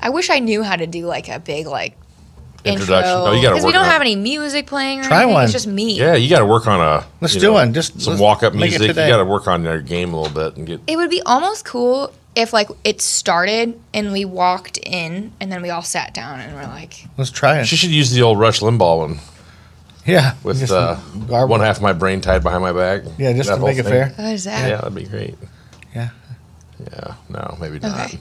I wish I knew how to do like a big like Introduction. intro. Oh, you gotta because we work don't on it. have any music playing. Or Try anything. one. It's just me. Yeah, you got to work on a. Let's you do one. Just- some let's walk up make music. it You today. got to work on your game a little bit and get. It would be almost cool if like it started and we walked in and then we all sat down and we're like, Let's try it. She should use the old Rush Limbaugh one Yeah. with Just uh, garble. one half of my brain tied behind my back. Yeah, just That to whole make it thing. fair. "What "Oh, is that?" Yeah, that'd be great. Yeah. Yeah, no, maybe not. Okay.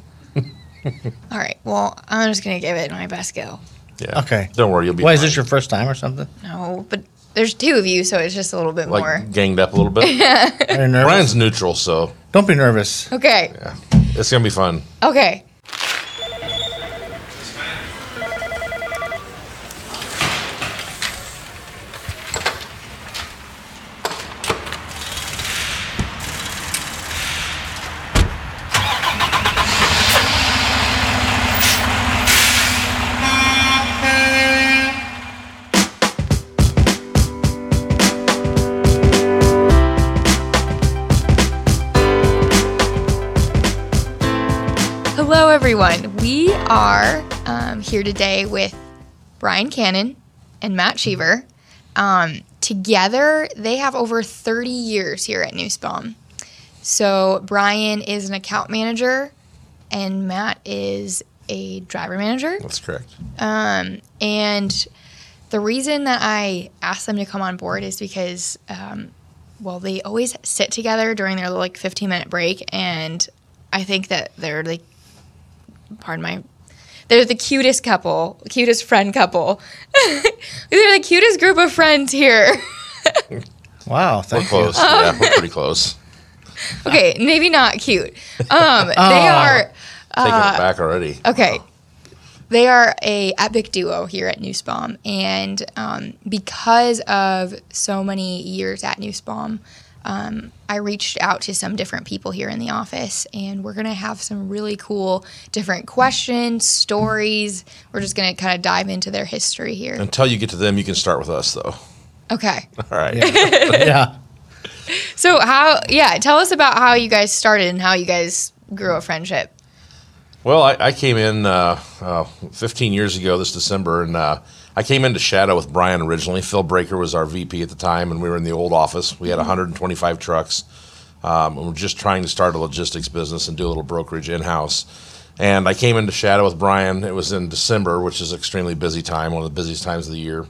all right. Well, I'm just gonna give it my best go. Yeah. Okay. Don't worry, you'll be. Why is fine. this your first time or something? No, but there's two of you, so it's just a little bit like more. ganged up a little bit? Are you nervous? Brian's neutral, so Don't be nervous. Okay. yeah, it's gonna be fun. Okay. Hello, everyone. We are um, here today with Brian Cannon and Matt Cheever. Um, together, they have over 30 years here at Newsbaum. So, Brian is an account manager, and Matt is a driver manager. That's correct. Um, and the reason that I asked them to come on board is because, um, well, they always sit together during their like 15 minute break, and I think that they're like, pardon my, they're the cutest couple, cutest friend couple. they're the cutest group of friends here. Wow. We're Thank you. close. yeah, we're pretty close. okay, maybe not cute. Um, they are. Taking it back already. Uh, Okay. They are a epic duo here at Newsbaum, and um, because of so many years at Newsbaum, um, I reached out to some different people here in the office, and we're gonna have some really cool different questions, stories. We're just gonna kind of dive into their history here. Until you get to them, you can start with us, though. Okay. All right. yeah. So how? Yeah, tell us about how you guys started and how you guys grew a friendship. Well, I, I came in uh, uh, 15 years ago this December, and uh, I came into Shadow with Brian originally. Phil Breaker was our VP at the time, and we were in the old office. We had 125 trucks, um, and we're just trying to start a logistics business and do a little brokerage in house. And I came into Shadow with Brian. It was in December, which is extremely busy time, one of the busiest times of the year.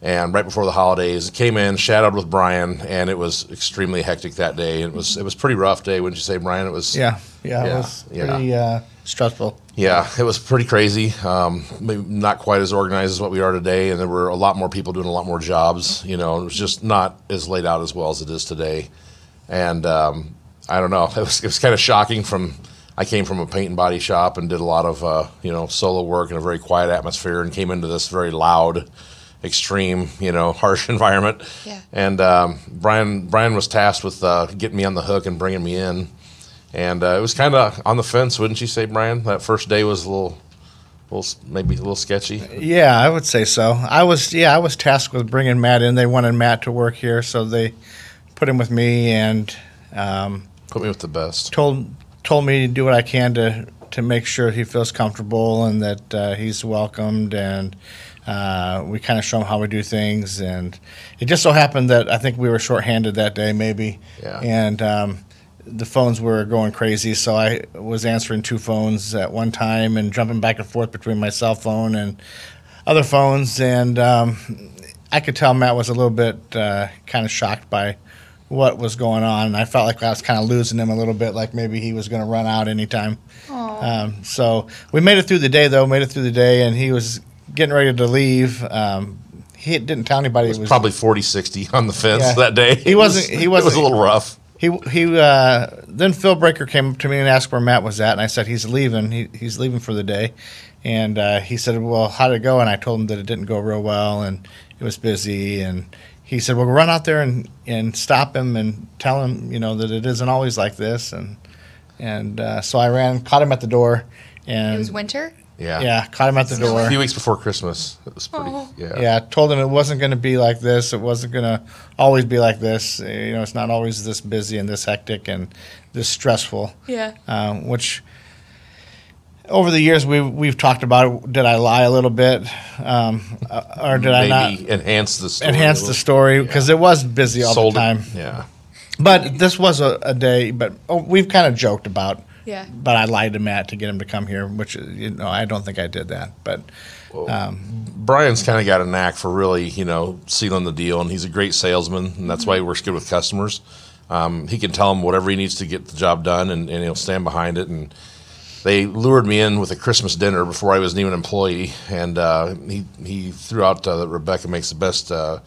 And right before the holidays, came in, shadowed with Brian, and it was extremely hectic that day. It was it was a pretty rough day, wouldn't you say, Brian? It was Yeah. Yeah. It Yeah, was yeah. pretty uh, stressful. yeah, it was pretty crazy. Um, maybe not quite as organized as what we are today, and there were a lot more people doing a lot more jobs. You know, and it was just not as laid out as well as it is today. And um, I don't know, it was, it was kind of shocking. From I came from a paint and body shop and did a lot of uh, you know solo work in a very quiet atmosphere, and came into this very loud, extreme, you know, harsh environment. Yeah. And um, Brian Brian was tasked with uh, getting me on the hook and bringing me in and uh, it was kind of on the fence, wouldn't you say, Brian? That first day was a little, little s- maybe a little sketchy. Yeah, I would say so. I was yeah, I was tasked with bringing Matt in. They wanted Matt to work here, so they put him with me and um, Put me with the best. told told me to do what I can to to make sure he feels comfortable and that uh, he's welcomed and uh, we kind of show him how we do things and it just so happened that I think we were shorthanded that day maybe Yeah. and um, the phones were going crazy so I was answering two phones at one time and jumping back and forth between my cell phone and other phones and um, I could tell Matt was a little bit uh, kind of shocked by what was going on. And I felt like I was kind of losing him a little bit, like maybe he was going to run out anytime. Um, so we made it through the day, though. Made it through the day, and he was getting ready to leave. Um, he didn't tell anybody. It was, Probably 40, 60 on the fence Yeah. that day. He It was- wasn't- he It was wasn't- a little rough. He he. Uh, then Phil Breaker came up to me and asked where Matt was at, and I said he's leaving. He, he's leaving for the day, and uh, he said, "Well, how did it go?" And I told him that it didn't go real well, and it was busy. And he said, "Well, run out there and, and stop him and tell him, you know, that it isn't always like this." And and uh, so I ran, caught him at the door, and It was winter. Yeah. yeah, caught him at the door. A few weeks before Christmas, it was pretty. Oh. Yeah. Yeah, I told him it wasn't going to be like this. It wasn't going to always be like this. eh, You know, it's not always this busy and this hectic and this stressful. Yeah. Um, which over the years we've we've talked about it. did I lie a little bit, um, uh, or did I not Maybe enhance the story. enhance the story because it was busy all Sold the it. time. Yeah. But this was a, a day. But oh, we've kind of joked about. Yeah. But I lied to Matt to get him to come here, which you know I don't think I did that. But Brian's kind of got a knack for really, you know, sealing the deal, and he's a great salesman, and that's why Mm-hmm. he works good with customers. Um, he can tell them whatever he needs to get the job done, and, and he'll stand behind it. And they lured me in with a Christmas dinner before I was even an employee, and uh, he he threw out uh, that Rebecca makes the best. Uh,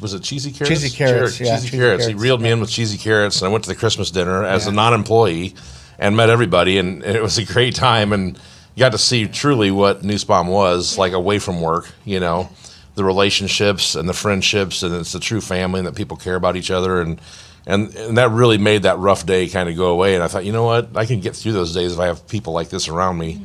was it cheesy carrots? Cheesy carrots, Cheesy, yeah, cheesy cheesy carrots. He carrots, reeled me in with cheesy carrots, and I went to the Christmas dinner as a non-employee and met everybody, and it was a great time. And you got to see truly what Newsbaum was like away from work. You know, the relationships and the friendships, and it's a true family, and that people care about each other, and and, and that really made that rough day kind of go away. And I thought, you know what, I can get through those days if I have people like this around me.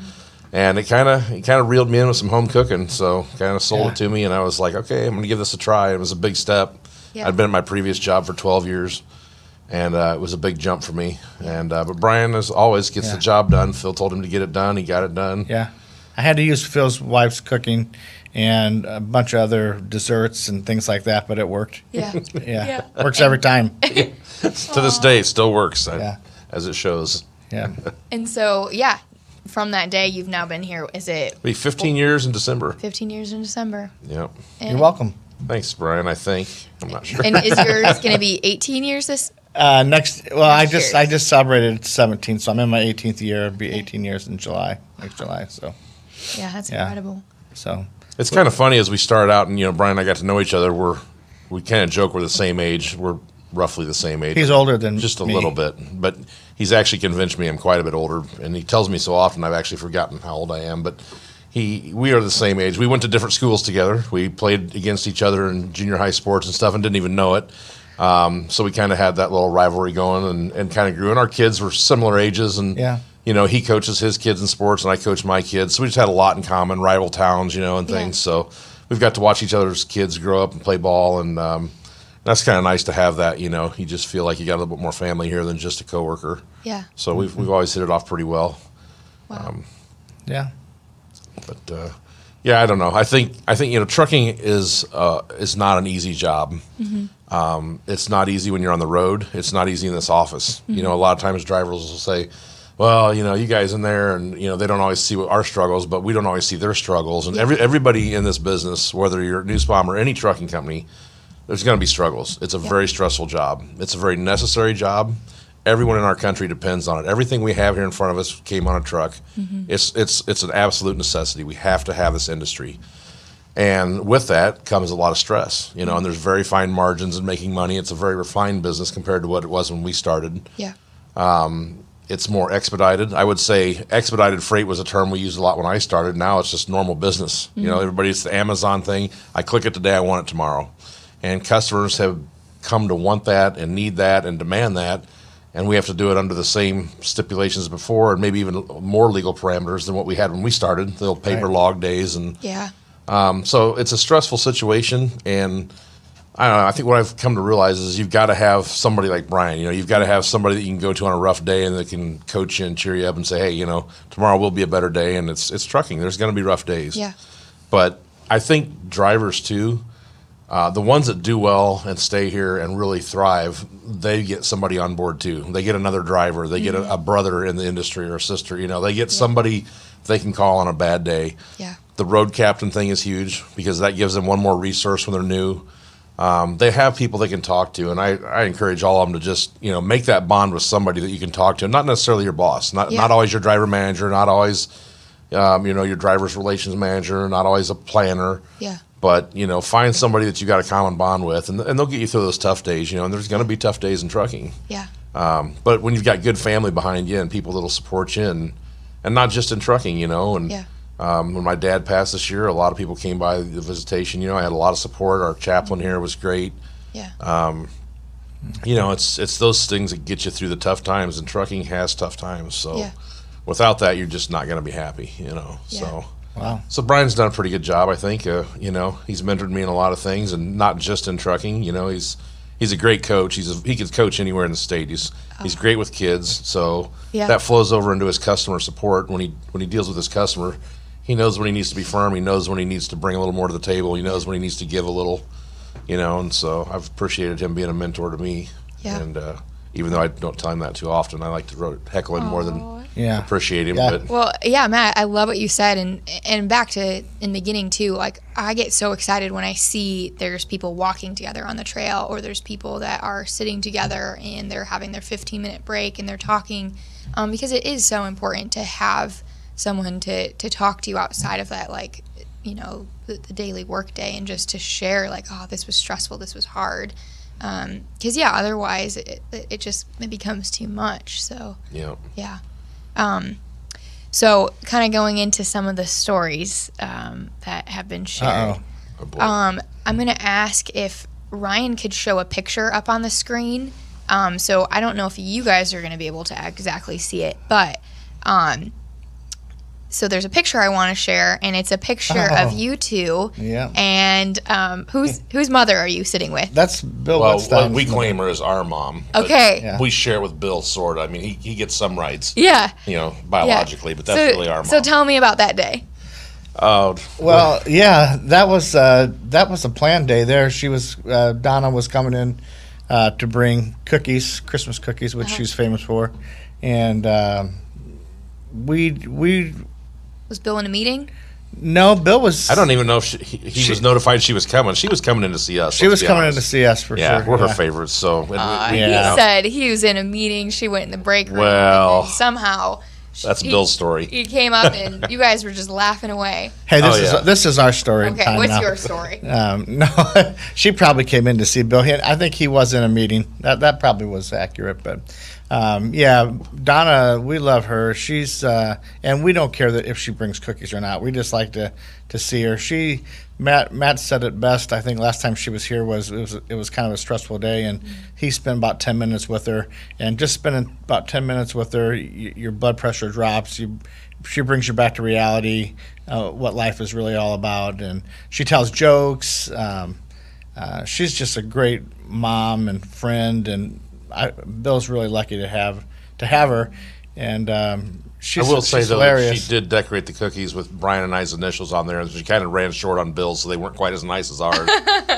And it kind of it kind of reeled me in with some home cooking, so kind of sold Yeah. it to me, and I was like, okay, I'm gonna give this a try. It was a big step. Yeah. I'd been at my previous job for 12 years, and uh, it was a big jump for me. And uh, but Brian, as always, gets the Yeah. job done. Phil told him to get it done. He got it done. yeah, I had to use Phil's wife's cooking and a bunch of other desserts and things like that, but it worked. Yeah. Yeah, Yeah. works every time. to this day, it still works, I- Yeah. as it shows. Yeah, and so, yeah, from that day, you've now been here. Is it Be 15 years in December. 15 years in December? Yep. And, you're welcome. Thanks, Brian. I think I'm not sure. And is yours going to be 18 years this? Uh, next, well, I just Cheers. I just celebrated 17, so I'm in my 18th year. It'll be 18 years in July, next July. So, Yeah, that's Yeah. incredible. so It's kind of funny as we start out, and you know, Brian and I got to know each other. We're we kind of joke we're the same age. We're roughly the same age. he's older than just a me. little bit, but he's actually convinced me I'm quite a bit older, and he tells me so often I've actually forgotten how old I am. But he, we are the same age. We went to different schools together. We played against each other in junior high sports and stuff, and didn't even know it. Um, so we kind of had that little rivalry going, and, and kind of grew. And our kids were similar ages, and Yeah. you know, he coaches his kids in sports, and I coach my kids. So we just had a lot in common, rival towns, you know, and Yeah. things. So we've got to watch each other's kids grow up and play ball, and um, that's kind of nice to have that. You know, you just feel like you got a little bit more family here than just a coworker. Yeah. So we've we've always hit it off pretty well. Wow. Um, Yeah, But uh, yeah, I don't know. I think I think you know, trucking is uh, is not an easy job. Um, it's not easy when you're on the road. It's not easy in this office. You know, a lot of times drivers will say, "Well, you know, you guys in there, and you know, they don't always see what our struggles, but we don't always see their struggles." And every everybody in this business, whether you're at Newsbomb or any trucking company, there's going to be struggles. It's a very stressful job. It's a very necessary job. Everyone in our country depends on it. Everything we have here in front of us came on a truck. It's it's it's an absolute necessity. We have to have this industry. And with that comes a lot of stress, you know, and there's very fine margins in making money. It's a very refined business compared to what it was when we started. Yeah. It's more expedited. I would say expedited freight was a term we used a lot when I started. Now it's just normal business. You know, everybody's the Amazon thing. I click it today, I want it tomorrow. And customers have come to want that and need that and demand that. And we have to do it under the same stipulations before and maybe even more legal parameters than what we had when we started. The old paper Right. log days and Yeah. um, so it's a stressful situation, and I don't know. I think what I've come to realize is you've got to have somebody like Brian. You know, you've got to have somebody that you can go to on a rough day and that can coach you and cheer you up and say, "Hey, you know, tomorrow will be a better day." And it's it's trucking. There's going to be rough days. Yeah. But I think drivers too, uh, the ones that do well and stay here and really thrive, they get somebody on board too. They get another driver, they get a, a brother in the industry or a sister. You know, they get somebody they can call on a bad day. Yeah. The road captain thing is huge because that gives them one more resource when they're new. Um, they have people they can talk to, and I, I encourage all of them to just you know make that bond with somebody that you can talk to, not necessarily your boss, not Yeah. not always your driver manager, not always um, you know your driver's relations manager, not always a planner. Yeah. But you know, find somebody that you got a common bond with, and, and they'll get you through those tough days. You know, and there's going to be tough days in trucking. Yeah. uh, Um, but when you've got good family behind you and people that'll support you, and and not just in trucking, you know, and Yeah. um, when my dad passed this year, a lot of people came by the visitation. You know, I had a lot of support. Our chaplain here was great. Yeah. You know, it's it's those things that get you through the tough times, and trucking has tough times. So Yeah. without that, you're just not going to be happy. You know, so. wow. So Brian's done a pretty good job, I think. Uh, you know, he's mentored me in a lot of things, and not just in trucking. You know, he's he's a great coach. He's a, he could coach anywhere in the state. He's he's great with kids. So Oh. Yeah. that flows over into his customer support when he when he deals with his customer. He knows when he needs to be firm. He knows when he needs to bring a little more to the table. He knows when he needs to give a little, you know. And so I've appreciated him being a mentor to me. Yeah. And uh, even though I don't time that too often, I like to ro- heckle him more than Yeah. appreciate him. Yeah. But Well, yeah, Matt, I love what you said, and and back to in the beginning too. Like I get so excited when I see there's people walking together on the trail, or there's people that are sitting together and they're having their 15 minute break and they're talking, um, because it is so important to have someone to to talk to you outside of that, like you know, the, the daily work day, and just to share like, oh, this was stressful, this was hard, because yeah, otherwise it, it it just it becomes too much. So. yeah. Yeah. Um, so, kind of going into some of the stories um, that have been shared. Uh oh. Oh, boy. Um, I'm going to ask if Ryan could show a picture up on the screen. Um, so, I don't know if you guys are going to be able to exactly see it, but um, so there's a picture I want to share, and it's a picture of Oh. you two. Yeah. And um, whose whose mother are you sitting with? That's Bill well, well, Wettstein's we mother. claim her as our mom. but Okay. Uh, Yeah. We share with Bill, sort of. I mean, he, he gets some rights, Yeah. you know, yeah. biologically, but that's so, really our mom. So, tell me about that day. Uh, Well, yeah, that was uh, that was a planned day. There, she was uh, Donna was coming in uh, to bring cookies, Christmas cookies, Uh-huh. which she's famous for, and um we we Was Bill in a meeting? no, Bill was. I don't even know if she, he, he was notified she was coming. She was coming in to see us. She was coming in to see see us for Yeah, sure. we're her favorites. So, and we- Uh, we- yeah. He said he was in a meeting. She went in the break room. Well, and then somehow she- that's he- Bill's story. He came up and you guys were just laughing away. Hey, this Oh, yeah. is this is our story. Okay, time what's now. your story? Um, no, she probably came in to see Bill. He, I think he was in a meeting. That that probably was accurate. But um, yeah, Donna, we love her. She's uh, and we don't care that if she brings cookies or not. We just like to to see her. She Matt Matt said it best. I think last time she was here was it was it was kind of a stressful day, and he spent about ten minutes with her, and just spending about ten minutes with her, y- your blood pressure drops. You she brings you back to reality, uh, what life is really all about, and she tells jokes. Um, uh, she's just a great mom and friend, and I, Bill's really lucky to have to have her. And um, I she's, will say she's though, that hilarious. she did decorate the cookies with Brian and I's initials on there, and she kind of ran short on Bill's, so they weren't quite as nice as ours.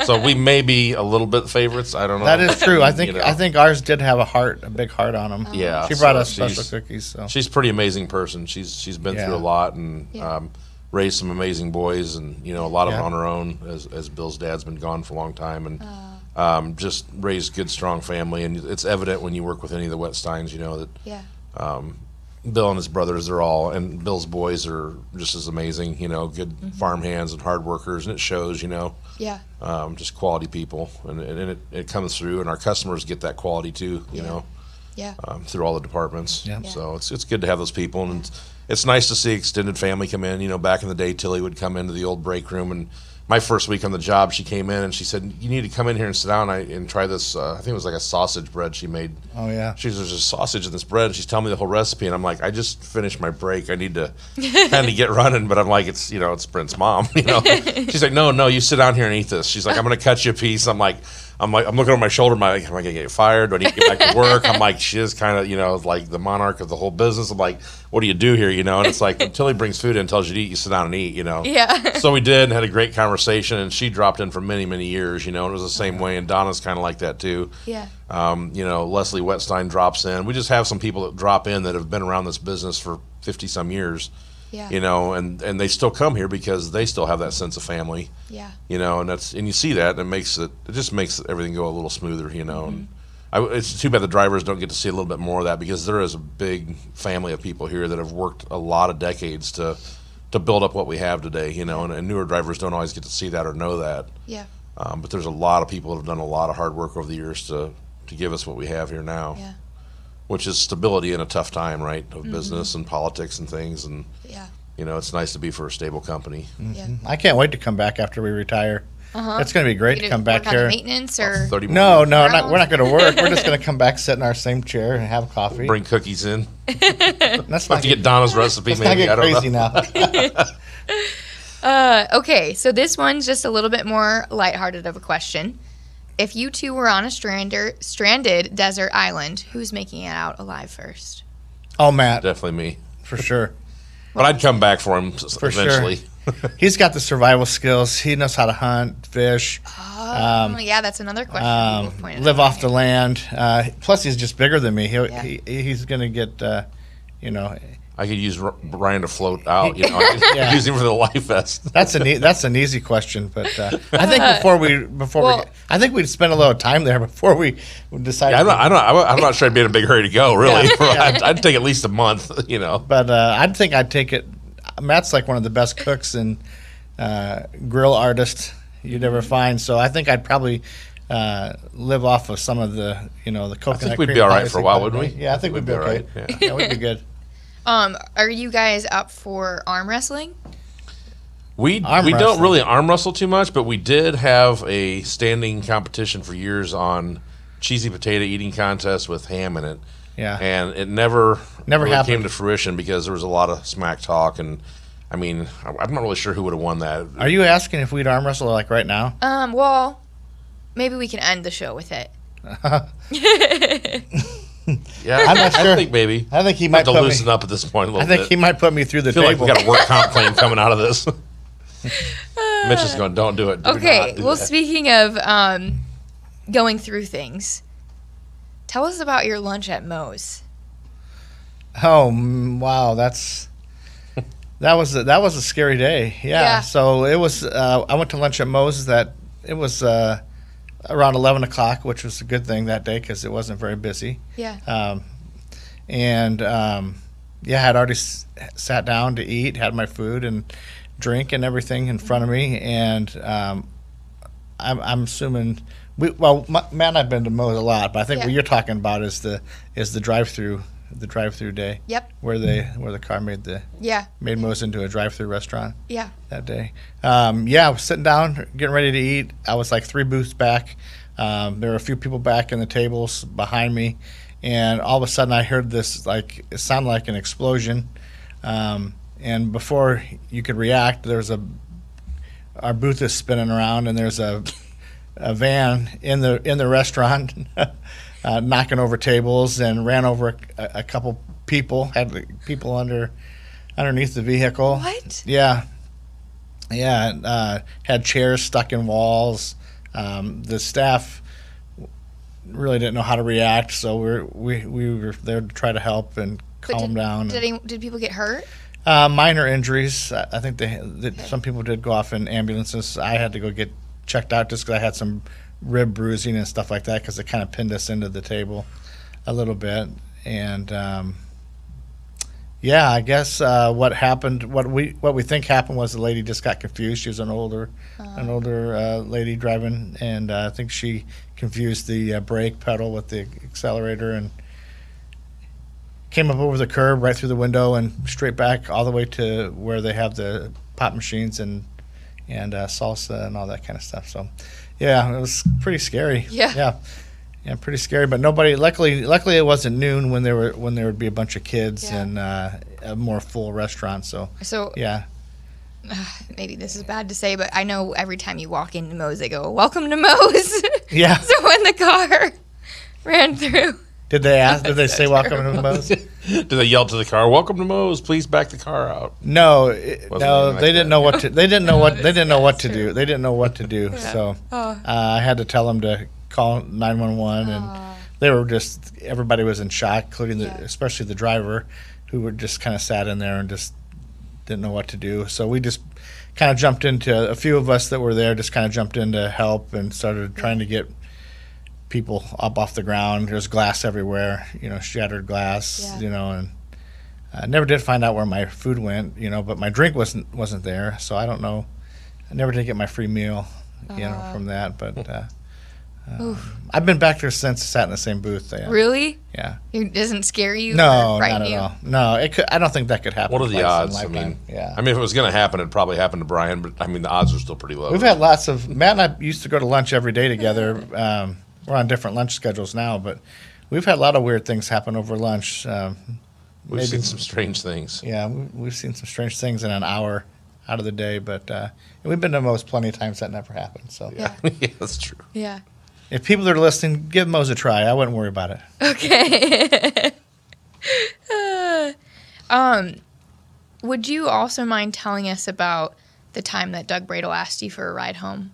so we may be a little bit favorites. I don't know. That is true. I think You know. I think ours did have a heart, a big heart on them. Yeah, she brought so us special she's- cookies. So She's a pretty amazing person. She's she's been Yeah. through a lot and Yeah. um, raised some amazing boys, and you know a lot of Yeah. them on her own. As as Bill's dad's been gone for a long time, and um, just raised good, strong family. And it's evident when you work with any of the Wetsteins, you know that Yeah. Bill and his brothers are all, and Bill's boys are just as amazing. You know, good Mm-hmm. farm hands and hard workers, and it shows. You know, Yeah. um, just quality people, and and and it, it comes through, and our customers get that quality too. You know Yeah. um, through all the departments. Yeah. Yeah. So it's it's good to have those people, and it's, it's nice to see extended family come in. You know, back in the day, Tilly would come into the old break room, and my first week on the job, she came in and she said, "You need to come in here and sit down and, I, and try this. Uh, I think it was like a sausage bread she made. oh yeah, She says there's a sausage in this bread. and She's telling me the whole recipe, and I'm like, I just finished my break. I need to kind of get running, but I'm like, it's you know, it's Brent's mom. You know, she's like, no, no, you sit down here and eat this. She's like, I'm gonna cut you a piece. I'm like, I'm like, I'm looking over my shoulder. My, am I gonna get fired? Do I need to get back to work? I'm like, she is kind of you know like the monarch of the whole business. I'm like, what do you do here? You know, and it's like until he brings food in, and tells you to eat, you sit down and eat. You know, Yeah. so we did and had a great conversation, and she dropped in for many, many years. You know, and it was the same way. And Donna's kind of like that too. Yeah. Um, you know, Leslie Wetstein drops in. We just have some people that drop in that have been around this business for 50 some years, Yeah. you know, and, and they still come here because they still have that sense of family, Yeah. you know, and that's, and you see that and it makes it, it just makes everything go a little smoother, you know, and Mm-hmm. I, it's too bad the drivers don't get to see a little bit more of that because there is a big family of people here that have worked a lot of decades to, to build up what we have today, you know, and, and newer drivers don't always get to see that or know that. Yeah. Um, but there's a lot of people that have done a lot of hard work over the years to, to give us what we have here now, Yeah. which is stability in a tough time, right, of business and politics and things. And, Yeah. you know, it's nice to be for a stable company. Mm. Yeah. I can't wait to come back after we retire. Uh-huh. It's going to be great You to did come back work on the here. Maintenance or 30 more No, years. no, not, we're not going to work. We're just going to come back, sit in our same chair, and have coffee. Bring cookies in. Let's Have not to get, get Donna's recipe, let's not maybe. get I don't crazy know. now. Uh, okay, so this one's just a little bit more lighthearted of a question. if you two were on a strander, stranded desert island, who's making it out alive first? Oh, Matt, Definitely me. for sure. But I'd come back for him s- For sure. eventually. He's got the survival skills. He knows how to hunt, fish, Oh, yeah, that's another question. um, we've pointed live out. off the land. Uh, plus, he's just bigger than me. He'll, Yeah. he, he's going to get, uh, you know, I could use R- Brian to float out. You know, I could Yeah. use him for the life vest. that's an e- that's an easy question. But uh, I think before we before we, Well- I think we'd spend a little time there before we would decide. I'm not, I'm not, I'm not- I'm not sure I'd be in a big hurry to go, really. Yeah. I'd, I'd take at least a month, you know. but uh, I think I'd take it. Matt's like one of the best cooks and uh, grill artists you'd ever Mm-hmm. find. So I think I'd probably uh, live off of some of the, you know, the coconut. we'd cream be all right pies for a they while, put in wouldn't there. we? Yeah, I think we'd, be, all okay. right, Yeah. yeah. we'd be good. Um, are you guys up for arm wrestling? We Arm we don't wrestling. really arm wrestle too much, but we did have a standing competition for years on cheesy potato eating contest with ham in it. Yeah. and it never Never really happened. came to fruition because there was a lot of smack talk and. I mean, I- I'm not really sure who would have won that. Are you asking if we'd arm wrestle like right now? Um, well, maybe we can end the show with it. Yeah, I'm not sure. I think maybe. I think he I have might to put me- loosen up at this point a little I think bit. he might put me through the I feel like table. we got a work comp claim coming out of this. Mitch is going, don't do it. Do Okay. not do well, that." speaking of um, going through things, tell us about your lunch at Moe's. Oh mm, wow, that's that was a, that was a scary day. Yeah. Yeah. So it was. Uh, I went to lunch at Moe's. That it was uh, around eleven o'clock, which was a good thing that day because it wasn't very busy. Yeah. Um, and um, yeah, I had already s- sat down to eat, had my food and drink and everything in front of me, and um, I'm, I'm assuming. We, well, my, Matt and I've been to Moe's a lot, but I think Yeah. what you're talking about is the is the drive-through the drive-through day Yep. where they where the car made the Yeah. made Moe's into a drive-through restaurant Yeah. that day. Um, yeah, I was sitting down, getting ready to eat. I was like three booths back. Um, there were a few people back in the tables behind me, and all of a sudden I heard this like it sounded like an explosion. Um, and before you could react, there's a our booth is spinning around, and there's a a van in the in the restaurant, uh, knocking over tables and ran over a, a couple people. Had the people under underneath the vehicle. What? Yeah, yeah. and, Uh, had chairs stuck in walls. Um, the staff really didn't know how to react, so we're, we we were there to try to help and But calm them did, down. Did, any, did people get hurt? Uh, minor injuries. I I think they, that some people did go off in ambulances. I had to go get checked out just because I had some rib bruising and stuff like that because it kind of pinned us into the table a little bit. And um, yeah, I guess uh, what happened, what we what we think happened was the lady just got confused. She was an older an older uh, lady driving, and uh, I think she confused the uh, brake pedal with the accelerator and came up over the curb right through the window and straight back all the way to where they have the pop machines and and uh, salsa and all that kind of stuff. So, yeah, it was pretty scary. Yeah. yeah, yeah, pretty scary. But nobody. Luckily, luckily, it wasn't noon when there were when there would be a bunch of kids Yeah. and uh, a more full restaurant. So, So yeah, maybe this is bad to say, but I know every time you walk into Moe's, they go, "Welcome to Moe's." yeah. so when the car ran through, Did they ask? Did they say welcome to the most? Do they yell to the car, "Welcome to Moe's. Please back the car out." No, it, Wasn't no, anything like they didn't that. know what to. They didn't know what. They didn't know what to true. do. They didn't know what to do. So uh, I had to tell them to call nine one one, Oh. and they were just everybody was in shock, including Yeah. the especially the driver, who were just kind of sat in there and just didn't know what to do. So we just kind of jumped into a few of us that were there, just kind of jumped in to help and started trying to get people up off the ground. There's glass everywhere, you know, shattered glass, Yeah. you know, and I never did find out where my food went, you know, but my drink wasn't wasn't there, so I don't know. I never did get my free meal, you know, from that, but uh, um, I've been back there since sat in the same booth. Yeah. really, Yeah. it doesn't scare you. or No, not frighten at you? all. No, it could, I don't think that could happen. What are the twice in a odds? I lifetime. mean, yeah. I mean, if it was going to happen, it probably happened to Brian. But I mean, the odds are still pretty low. We've had lots of Matt and I used to go to lunch every day together. Um, we're on different lunch schedules now, but we've had a lot of weird things happen over lunch. Um, We've seen some strange things. yeah, we, we've seen some strange things in an hour out of the day, but uh, and we've been to most plenty of times that never happened. So Yeah. yeah, that's true. Yeah. If people that are listening, give Mo's a try. I wouldn't worry about it. Okay. Uh, um, would you also mind telling us about the time that Doug Bradle asked you for a ride home?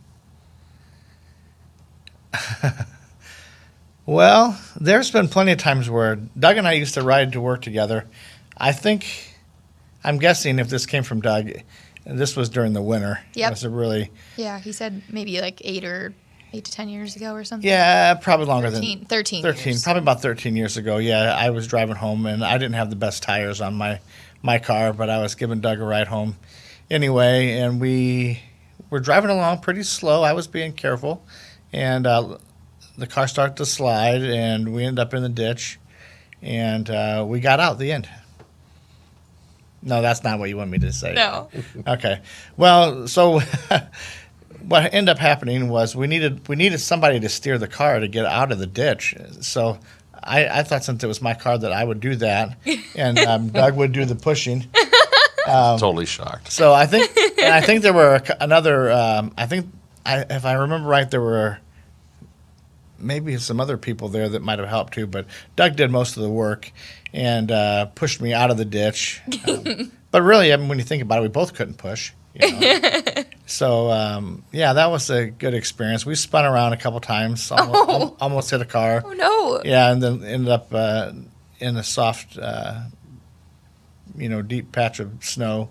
Well, there's been plenty of times where Doug and I used to ride to work together. I think, I'm guessing if this came from Doug, this was during the winter. Yep. It was a really, Yeah, he said maybe like eight or eight to ten years ago or something. yeah, probably longer 13, than 13 13, years. probably about 13 years ago. Yeah, I was driving home and I didn't have the best tires on my, my car, but I was giving Doug a ride home anyway. And we were driving along pretty slow. I was being careful. And uh, the car started to slide and we ended up in the ditch. And uh, we got out at the end. No, that's not what you want me to say. No. Okay. Well, so what ended up happening was we needed we needed somebody to steer the car to get out of the ditch. So I, I thought since it was my car that I would do that, and um, Doug would do the pushing. Um, totally shocked. So I think and I think there were a cou- another. Um, I think I, if I remember right, there were maybe some other people there that might have helped too. But Doug did most of the work and uh, pushed me out of the ditch. Um, but really, I mean, when you think about it, we both couldn't push. You know? so um, yeah, that was a good experience. We spun around a couple times, almost, Oh. almost hit a car. Oh no. Yeah, and then ended up uh, in a soft, uh, you know, deep patch of snow.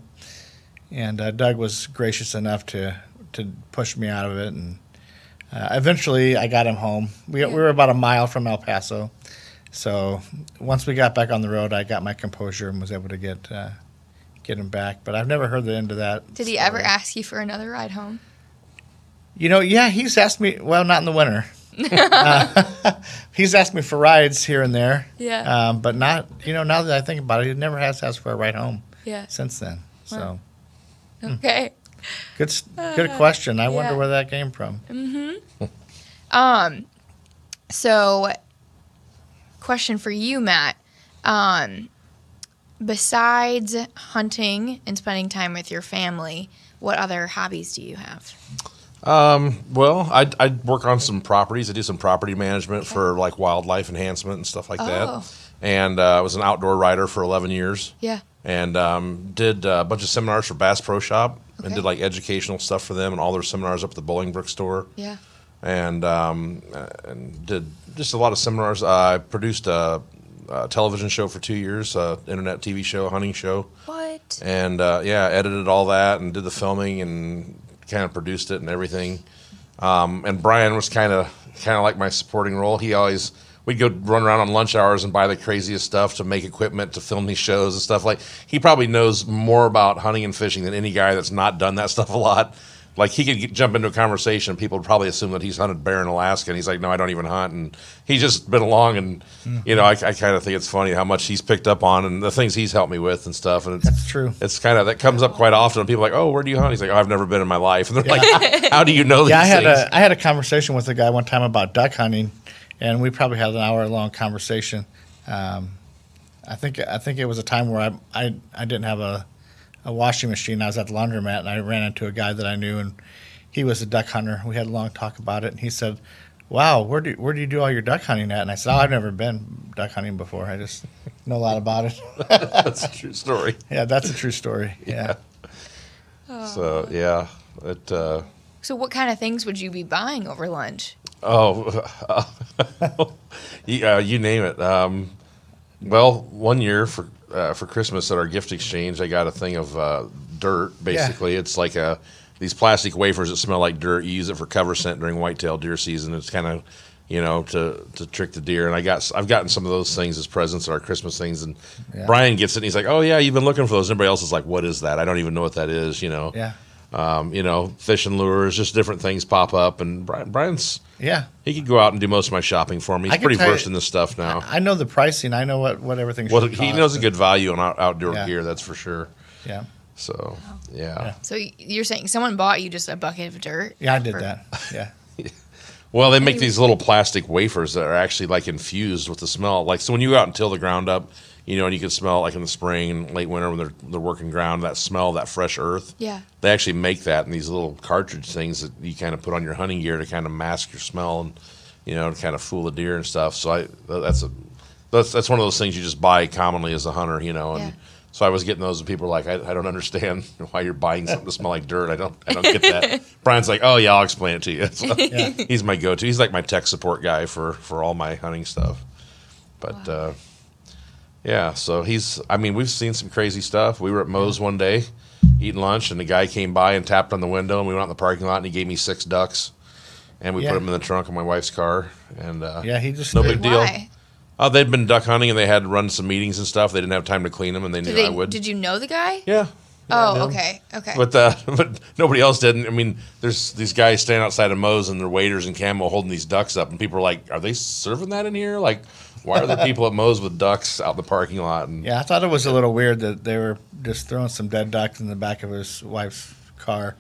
And uh, Doug was gracious enough to to push me out of it, and uh, eventually I got him home. We we were about a mile from El Paso, so once we got back on the road, I got my composure and was able to get uh, get him back. But I've never heard the end of that. Did he ever story. ask you for another ride home? You know, yeah, he's asked me. Well, not in the winter. Uh, he's asked me for rides here and there. Yeah. Um, but not, you know, now that I think about it, he never has asked for a ride home Yeah. since then. So hmm. Wow. Okay. good, s- good question. I Uh, yeah. wonder where that came from. Um, so question for you, Matt. Um, besides hunting and spending time with your family, what other hobbies do you have? Well, I I work on some properties. I do some property management for like wildlife enhancement and stuff like Oh. that. And uh, I was an outdoor writer for 11 years. Yeah. and um, did uh, a bunch of seminars for Bass Pro Shop and Okay. did like educational stuff for them and all their seminars up at the Bolingbrook store. Yeah. And, um, uh, and did just a lot of seminars. I produced a, a television show for two years, uh internet TV show, hunting show, What? and uh, yeah, edited all that and did the filming and kind of produced it and everything. Um, and Brian was kind of kind of like my supporting role. He always we'd go run around on lunch hours and buy the craziest stuff to make equipment to film these shows and stuff. Like he probably knows more about hunting and fishing than any guy that's not done that stuff a lot. Like he could get, jump into a conversation, people would probably assume that he's hunted bear in Alaska, and he's like, "No, I don't even hunt." And he's just been along, and Mm-hmm. you know, I, I kind of think it's funny how much he's picked up on and the things he's helped me with and stuff. And it's, That's true. It's kind of that comes up quite often. People are like, "Oh, where do you hunt?" He's like, oh, "I've never been in my life," and they're like, "How do you know?" These Yeah, I had things? a I had a conversation with a guy one time about duck hunting, and we probably had an hour long conversation. Um, I think I think it was a time where I I, I didn't have a, a washing machine. I was at the laundromat and I ran into a guy that I knew, and he was a duck hunter. We had a long talk about it, and he said, "Wow, where do where do you do all your duck hunting at?" And I said, "Oh, I've never been duck hunting before. I just know a lot about it." That's a true story. yeah, that's a true story. yeah. So yeah, it. Uh, So what kind of things would you be buying over lunch? oh, you, uh, you name it. Um, well, one year for uh, for Christmas at our gift exchange, I got a thing of uh, dirt. Basically, it's like a these plastic wafers that smell like dirt. You use it for cover scent during whitetail deer season. It's kind of you know to to trick the deer. And I got s- I've gotten some of those things as presents at our Christmas things. And Yeah. Brian gets it and he's like, "Oh yeah, you've been looking for those." Everybody else is like, "What is that? I don't even know what that is." You know. Yeah. um, you know, fishing lures, just different things pop up. And Brian, Brian's Yeah. he could go out and do most of my shopping for me. I He's can pretty tell you- versed in this stuff now. I know the pricing. I know what, what everything. well, should he cost, knows a and- good value on out- outdoor Yeah. gear, that's for sure. Yeah. So, yeah. So y- you're saying someone bought you just a bucket of dirt? Yeah, I did For- that. Yeah. Well, they make these little plastic wafers that are actually like infused with the smell. Like, so when you go out and till the ground up, you know, and you can smell it like in the spring and late winter when they're they're working ground, that smell, that fresh earth. Yeah. They actually make that in these little cartridge things that you kind of put on your hunting gear to kind of mask your smell and you know, to kind of fool the deer and stuff. So I that's a that's that's one of those things you just buy commonly as a hunter, you know. And Yeah. so I was getting those, and people were like, I, "I don't understand why you're buying something to smell like dirt. I don't I don't get that." Brian's like, "Oh yeah, I'll explain it to you." So He's my go-to. He's like my tech support guy for for all my hunting stuff. But uh, yeah, so he's. I mean, we've seen some crazy stuff. We were at Moe's one day eating lunch, and the guy came by and tapped on the window, and we went out in the parking lot, and he gave me six ducks, and we put Yeah. them in the trunk of my wife's car, and uh, Yeah, he just no big deal. Why? Oh, they'd been duck hunting and they had to run some meetings and stuff. They didn't have time to clean them, and they knew Did, I they, would. did you know the guy? yeah. oh, Yeah. okay. Okay. But uh, but nobody else did. not I mean, there's these guys standing outside of Moe's and their waiters and Camo holding these ducks up, and people are like, "Are they serving that in here? Like, why are there people at Moe's with ducks out in the parking lot?" And Yeah, I thought it was a little weird that they were just throwing some dead ducks in the back of his wife's car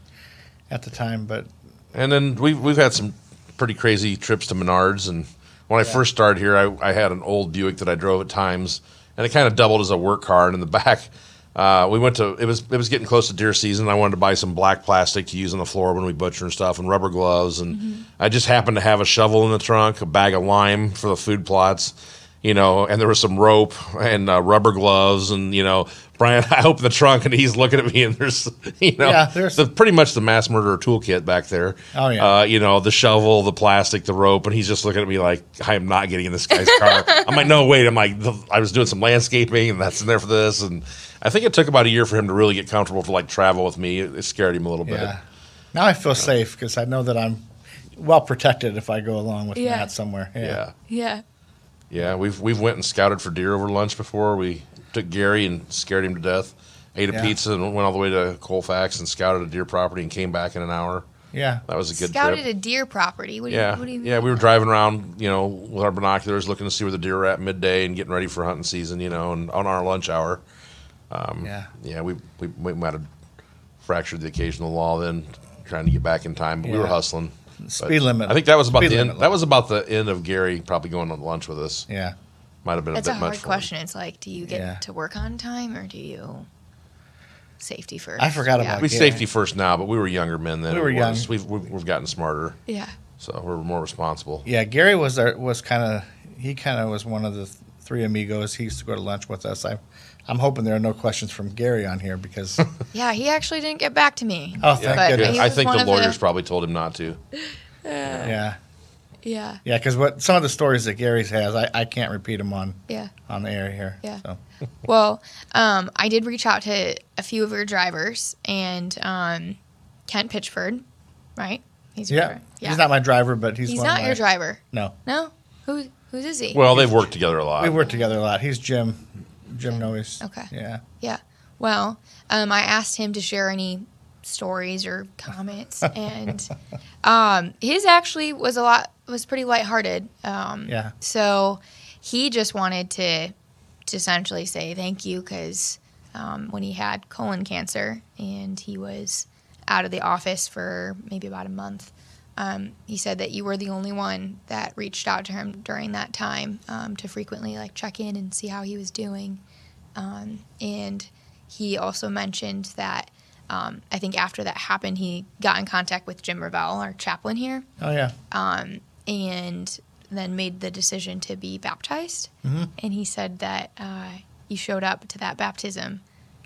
at the time, but And then we've we've had some pretty crazy trips to Menards. And when I first started here, I, I had an old Buick that I drove at times, and it kind of doubled as a work car. And in the back, uh, we went to it was it was getting close to deer season. I wanted to buy some black plastic to use on the floor when we butcher and stuff, and rubber gloves. And Mm-hmm. I just happened to have a shovel in the trunk, a bag of lime for the food plots. You know, and there was some rope and uh, rubber gloves, and you know, Brian. I opened the trunk, and he's looking at me, and there's, you know, Yeah, there's- the pretty much the mass murderer toolkit back there. Oh, yeah. Uh, you know, the shovel, the plastic, the rope, and he's just looking at me like, I am not getting in this guy's car. I'm like, no, wait. I'm like, the, I was doing some landscaping, and that's in there for this. And I think it took about a year for him to really get comfortable to like travel with me. It, it scared him a little bit. yeah. Now I feel safe because I know that I'm well protected if I go along with Yeah. Matt somewhere. Yeah, yeah. yeah. We've we've went and scouted for deer over lunch before. We took Gary and scared him to death. Ate a Yeah. pizza and went all the way to Colfax and scouted a deer property and came back in an hour. Yeah. That was a good Scouted trip. a deer property. What do you, Yeah, what do you mean? yeah. by We were that? driving around, you know, with our binoculars, looking to see where the deer were at midday and getting ready for hunting season, you know, and on our lunch hour. Um, yeah. Yeah, we we, we might have fractured the occasional law then, trying to get back in time, but we were Yeah. hustling. Speed limit. I think that was about Speed the end. limit That law. was about the end of Gary probably going on lunch with us. Yeah. Might have been That's a a bit much. hard for him. question. It's like, do you get Yeah. to work on time or do you safety first? I forgot yeah. about We Yeah. safety first now, but we were younger men then. We were It was- young. We've, we've we've gotten smarter, Yeah. so we're more responsible. Yeah. Gary was our, was kind of he kind of was one of the th- three amigos. He used to go to lunch with us. I, I'm hoping there are no questions from Gary on here because oh Yeah, he actually didn't get back to me. thank But goodness. he I was think one the of the- lawyers probably told him not to. yeah. Yeah. Yeah, because what some of the stories that Gary's has, I, I can't repeat them on Yeah. on the air here. Yeah. So, Well, um, I did reach out to a few of your drivers and um, Kent Pitchford, right? He's your yeah. driver. he's not my driver, but he's He's one of not my- your driver. No, No. Who whose is he? Well, they've worked together a lot. we work together a lot. He's Jim, Jim Noyes. Okay. Yeah. Yeah. Well, um, I asked him to share any stories or comments, and um, his actually was a lot was pretty lighthearted. Um, Yeah. So he just wanted to, to essentially say thank you because um, when he had colon cancer and he was out of the office for maybe about a month. Um, he said that you were the only one that reached out to him during that time um, to frequently like check in and see how he was doing. Um, and he also mentioned that um, I think after that happened, he got in contact with Jim Ravel, our chaplain here, Oh yeah. and then made the decision to be baptized. And he said that uh, you showed up to that baptism.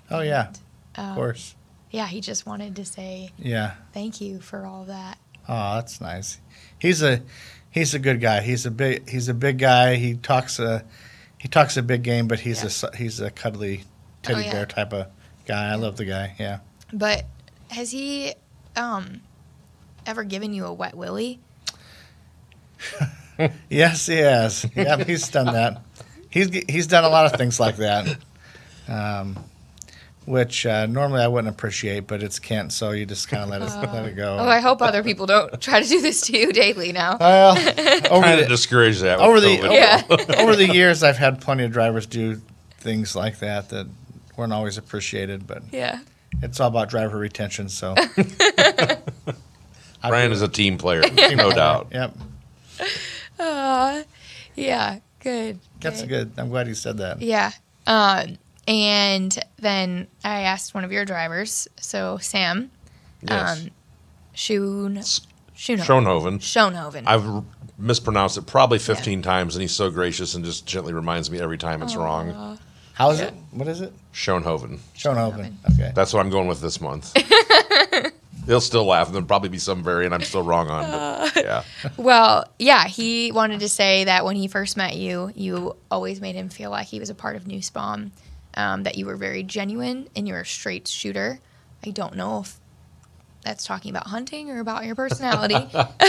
Oh yeah. uh, of course. Yeah, he just wanted to say Yeah. thank you for all that. Oh, that's nice. He's a he's a good guy. He's a big he's a big guy. He talks a he talks a big game, but he's a s a he's a cuddly teddy Oh, yeah. bear type of guy. I love the guy. Yeah. But has he um, ever given you a wet willy? Yes, he has. Yeah, he's done that. He's he's done a lot of things like that, um, which uh, normally I wouldn't appreciate, but it's Kent, so you just kind of let it let it go. Oh, I hope other people don't try to do this to you daily now. Well, Kind over of the, discourage that. with over the- COVID. Yeah. over the years, I've had plenty of drivers do things like that that weren't always appreciated, but Yeah. it's all about driver retention. So, I Brian feel- is a team player, no doubt. Yep, Uh, yeah. Good. that's good. good. I'm glad you said that. Yeah. Um, and then I asked one of your drivers, so Sam Yes. Schoen, S- Schoenhoven. Schoenhoven. Schoenhoven. I've mispronounced it probably 15 times, and he's so gracious and just gently reminds me every time it's wrong. Aw. How is Yeah. it? What is it? Schoenhoven. Schoenhoven. Okay. That's what I'm going with this month. They'll still laugh, and there'll probably be some variant I'm still wrong on. But yeah, Well, yeah, he wanted to say that when he first met you, you always made him feel like he was a part of New Spawn, um, that you were very genuine and you're a straight shooter. I don't know if that's talking about hunting or about your personality.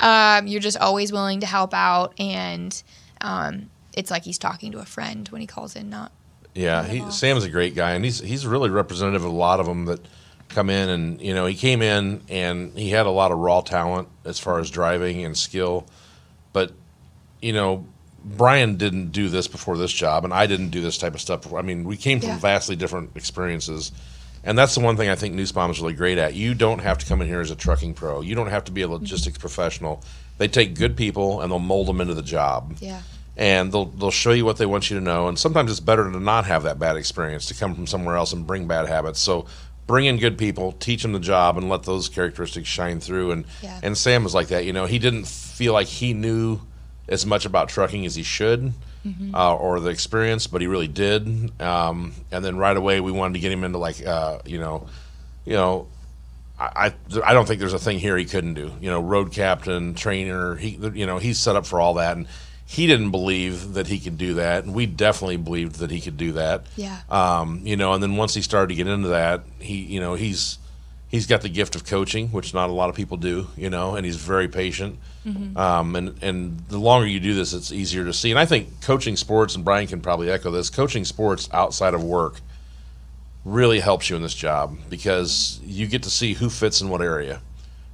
um, you're just always willing to help out, and um, it's like he's talking to a friend when he calls in, not yeah. He, Sam's a great guy, and he's he's really representative of a lot of them that come in, and you know he came in and he had a lot of raw talent as far as driving and skill, but you know Brian didn't do this before this job, and I didn't do this type of stuff. Before. I mean, we came from Yeah. vastly different experiences. And that's the one thing I think Newsbomb is really great at. You don't have to come in here as a trucking pro. You don't have to be a Mm-hmm. logistics professional. They take good people and they'll mold them into the job. Yeah. And they'll they'll show you what they want you to know. And sometimes it's better to not have that bad experience to come from somewhere else and bring bad habits. So bring in good people, teach them the job, and let those characteristics shine through. And Yeah. and Sam was like that. You know, he didn't feel like he knew as much about trucking as he should uh, or the experience, but he really did. Um, and then right away, we wanted to get him into like, uh, you know, you know, I, I I don't think there's a thing here he couldn't do. You know, road captain, trainer, he you know he's set up for all that, and he didn't believe that he could do that, and we definitely believed that he could do that. Yeah. Um, you know, and then once he started to get into that, he you know he's he's got the gift of coaching, which not a lot of people do. You know, and he's very patient. Um, and and the longer you do this, it's easier to see. And I think coaching sports, and Brian can probably echo this. Coaching sports outside of work really helps you in this job because you get to see who fits in what area.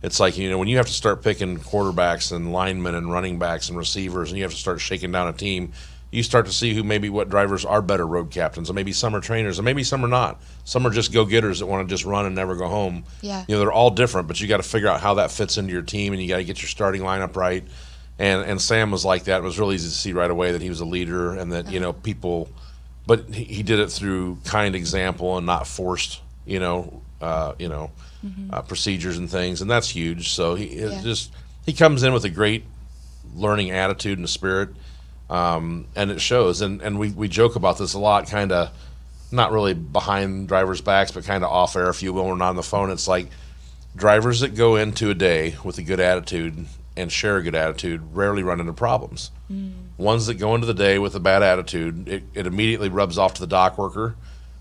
It's like, you know, when you have to start picking quarterbacks and linemen and running backs and receivers and you have to start shaking down a team, you start to see who maybe what drivers are better road captains and maybe some are trainers and maybe some are not. Some are just go getters that want to just run and never go home. Yeah. You know, they're all different, but you got to figure out how that fits into your team and you got to get your starting lineup right. And and Sam was like that. It was really easy to see right away that he was a leader and that, you know, people but he, he did it through kind example and not forced, you know, uh, you know, uh, procedures and things, and that's huge. So he it Yeah. just he comes in with a great learning attitude and spirit, um, and it shows. And and we we joke about this a lot, kind of not really behind drivers' backs, but kind of off air, if you will, when we're on the phone. It's like drivers that go into a day with a good attitude and share a good attitude rarely run into problems ones that go into the day with a bad attitude, it, it immediately rubs off to the dock worker,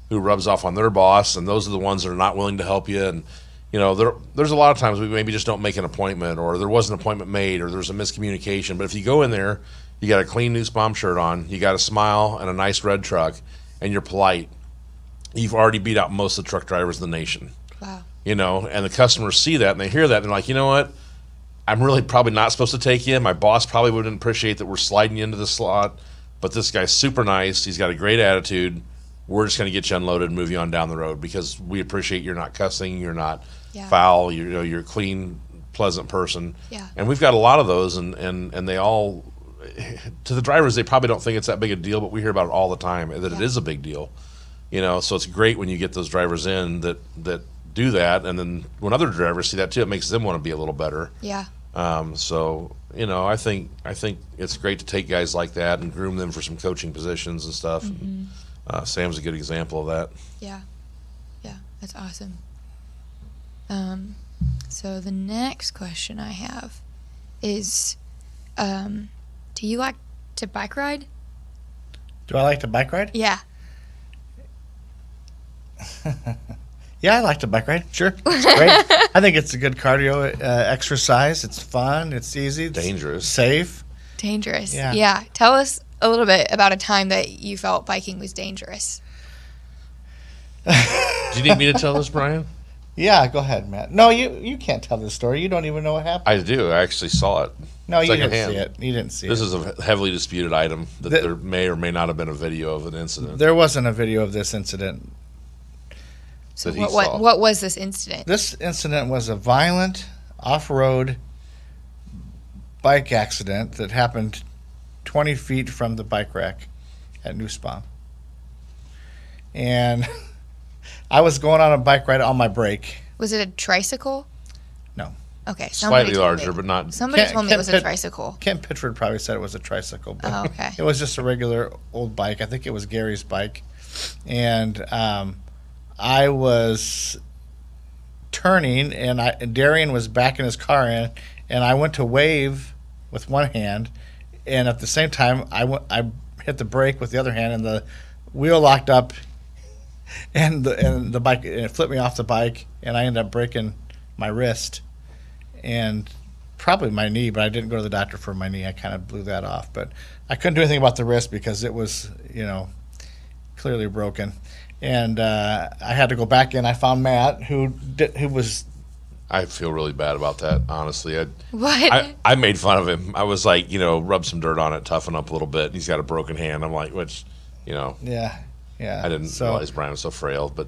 who rubs off on their boss, and those are the ones that are not willing to help you. And you know, there, there's a lot of times we maybe just don't make an appointment, or there was an appointment made, or there's a miscommunication. But if you go in there, you got a clean new bomb shirt on, you got a smile and a nice red truck, and you're polite. You've already beat out most of the truck drivers in the nation wow. you know, and the customers see that and they hear that and they're like, you know what? I'm really probably not supposed to take you. My boss probably wouldn't appreciate that we're sliding you into the slot, but this guy's super nice. He's got a great attitude. We're just going to get you unloaded and move you on down the road because we appreciate you're not cussing, you're not Yeah. foul, you know, you're a clean, pleasant person. Yeah. And we've got a lot of those, and, and, and they all, to the drivers, they probably don't think it's that big a deal, but we hear about it all the time that it Yeah. is a big deal you know so it's great when you get those drivers in that that do that and then when other drivers see that too it makes them want to be a little better Yeah. um, so you know i think i think it's great to take guys like that and groom them for some coaching positions and stuff Mm-hmm. and, uh, sam's a good example of that Yeah. Yeah, that's awesome. Um, so the next question I have is um, do you like to bike ride? Do I like to bike ride? Yeah. Yeah, I like to bike ride. Sure, it's great. I think it's a good cardio uh, exercise. It's fun. It's easy. It's Dangerous. Safe. Dangerous. Yeah. Tell us a little bit about a time that you felt biking was dangerous. do you need me to tell this brian Yeah, go ahead, Matt. No, you you can't tell this story. You don't even know what happened. i do i actually saw it no, you didn't secondhand. see it. You didn't see this it. is a heavily disputed item that The- there may or may not have been a video of an incident there wasn't a video of this incident. So That he what, saw. what what was this incident? This incident was a violent off-road bike accident that happened 20 feet from the bike rack at New Spa. And I was going on a bike ride on my break. Was it a tricycle? No. Okay. somebody Slightly told larger, me- but not. Somebody Can't- told me it was a can't- tricycle. Kent Pitchford probably said it was a tricycle, but Oh, okay. it was just a regular old bike. I think it was Gary's bike, and um, I was turning, and I Darian was backing his car in, and I went to wave with one hand, and at the same time I went, I hit the brake with the other hand, and the wheel locked up, and the and the bike and it flipped me off the bike, and I ended up breaking my wrist, and probably my knee, but I didn't go to the doctor for my knee. I kind of blew that off, but I couldn't do anything about the wrist because it was, you know, clearly broken. And uh, I had to go back in. I found Matt, who did, who was I feel really bad about that, honestly. I, What? I, I made fun of him. I was like, you know, rub some dirt on it, toughen up a little bit. He's got a broken hand. I'm like, which, you know, yeah yeah. I didn't so, realize Brian was so frail, but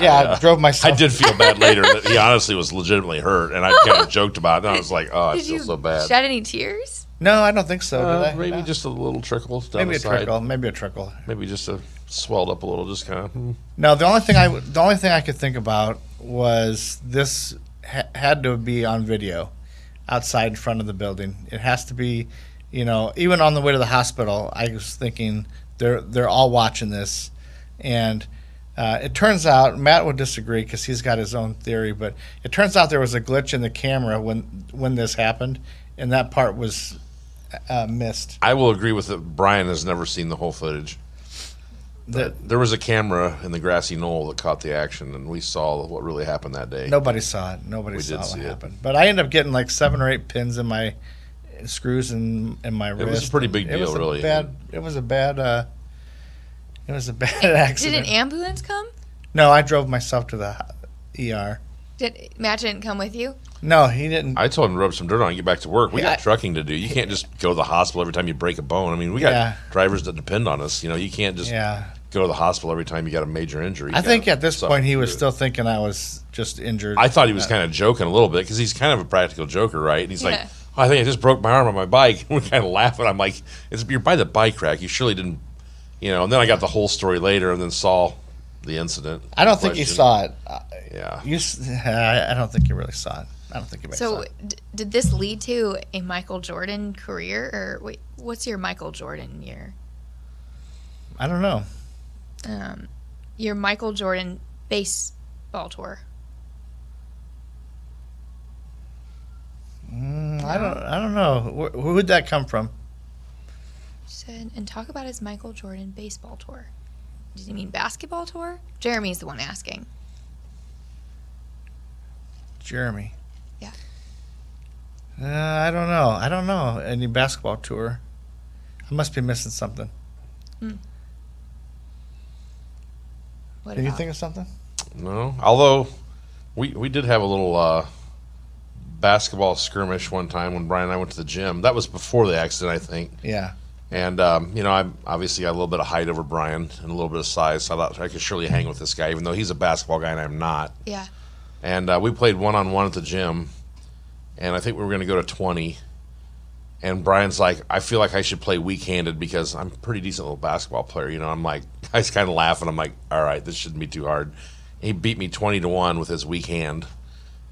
Yeah, I drove I myself. did feel bad later that he honestly was legitimately hurt, and I kind of joked about it. And I was like, oh, I Did feel you so bad. shed any tears? No, I don't think so. Uh, Oh, did I? maybe No. just a little trickle down maybe the a side. trickle. Maybe a trickle. Maybe just a swelled up a little, just hmm. kind of. No, the only thing I w- the only thing I could think about was this ha- had to be on video, outside in front of the building. It has to be, you know, even on the way to the hospital. I was thinking they're they're all watching this, and uh, it turns out Matt would disagree because he's got his own theory. But it turns out there was a glitch in the camera when when this happened, and that part was uh, missed. I will agree with it. Brian has never seen the whole footage. Uh, That There was a camera in the grassy knoll that caught the action, and we saw what really happened that day. Nobody saw it. Nobody We saw did what see it. happened. But I ended up getting like seven or eight pins in my screws in in my was wrist. a pretty big It was deal, a really. Bad. It was a bad. Uh, it was a bad accident. Did an ambulance come? no, I drove myself to the h- ER. Did Matt didn't come with you? No, he didn't. I told him to rub some dirt on and get back to work. We Yeah, got I- trucking to do. You can't just go to the hospital every time you break a bone. I mean, we got Yeah. drivers that depend on us. You know, you can't just yeah, go to the hospital every time you got a major injury. You I think gotta at this suffer point he was through it. still thinking I was just injured. I thought he was kind of joking a little bit because he's kind of a practical joker, right? And he's like, Yeah. oh, I think I just broke my arm on my bike. We're kind of laughing. I'm like, it's, you're by the bike rack. You surely didn't, you know. And then I got the whole story later and then saw the incident. I don't think he Question. saw it. Uh, Yeah. You, s- I I don't think he really saw it. I don't think he really saw So it. d- did this lead to a Michael Jordan career or wait, what's your Michael Jordan year? I don't know. Um, your Michael Jordan baseball tour. Mm, I don't. I don't know. Wh- who would that come from? Said and talk about his Michael Jordan baseball tour. Did you mean basketball tour? Jeremy's the one asking. Jeremy. Yeah. Uh, I don't know. I don't know any basketball tour. I must be missing something. What Did you about- think of something? No. Although we, we did have a little uh, basketball skirmish one time when Brian and I went to the gym. That was before the accident, I think. Yeah. And um, you know, I'm obviously got a little bit of height over Brian and a little bit of size. So I thought I could surely hang with this guy, even though he's a basketball guy and I'm not. Yeah. And uh, we played one on one at the gym, and I think we were going to go to twenty. And Brian's like, I feel like I should play weak handed because I'm a pretty decent little basketball player. You know, I'm like, I was kind of laughing. I'm like, all right, this shouldn't be too hard. He beat me 20 to 1 with his weak hand.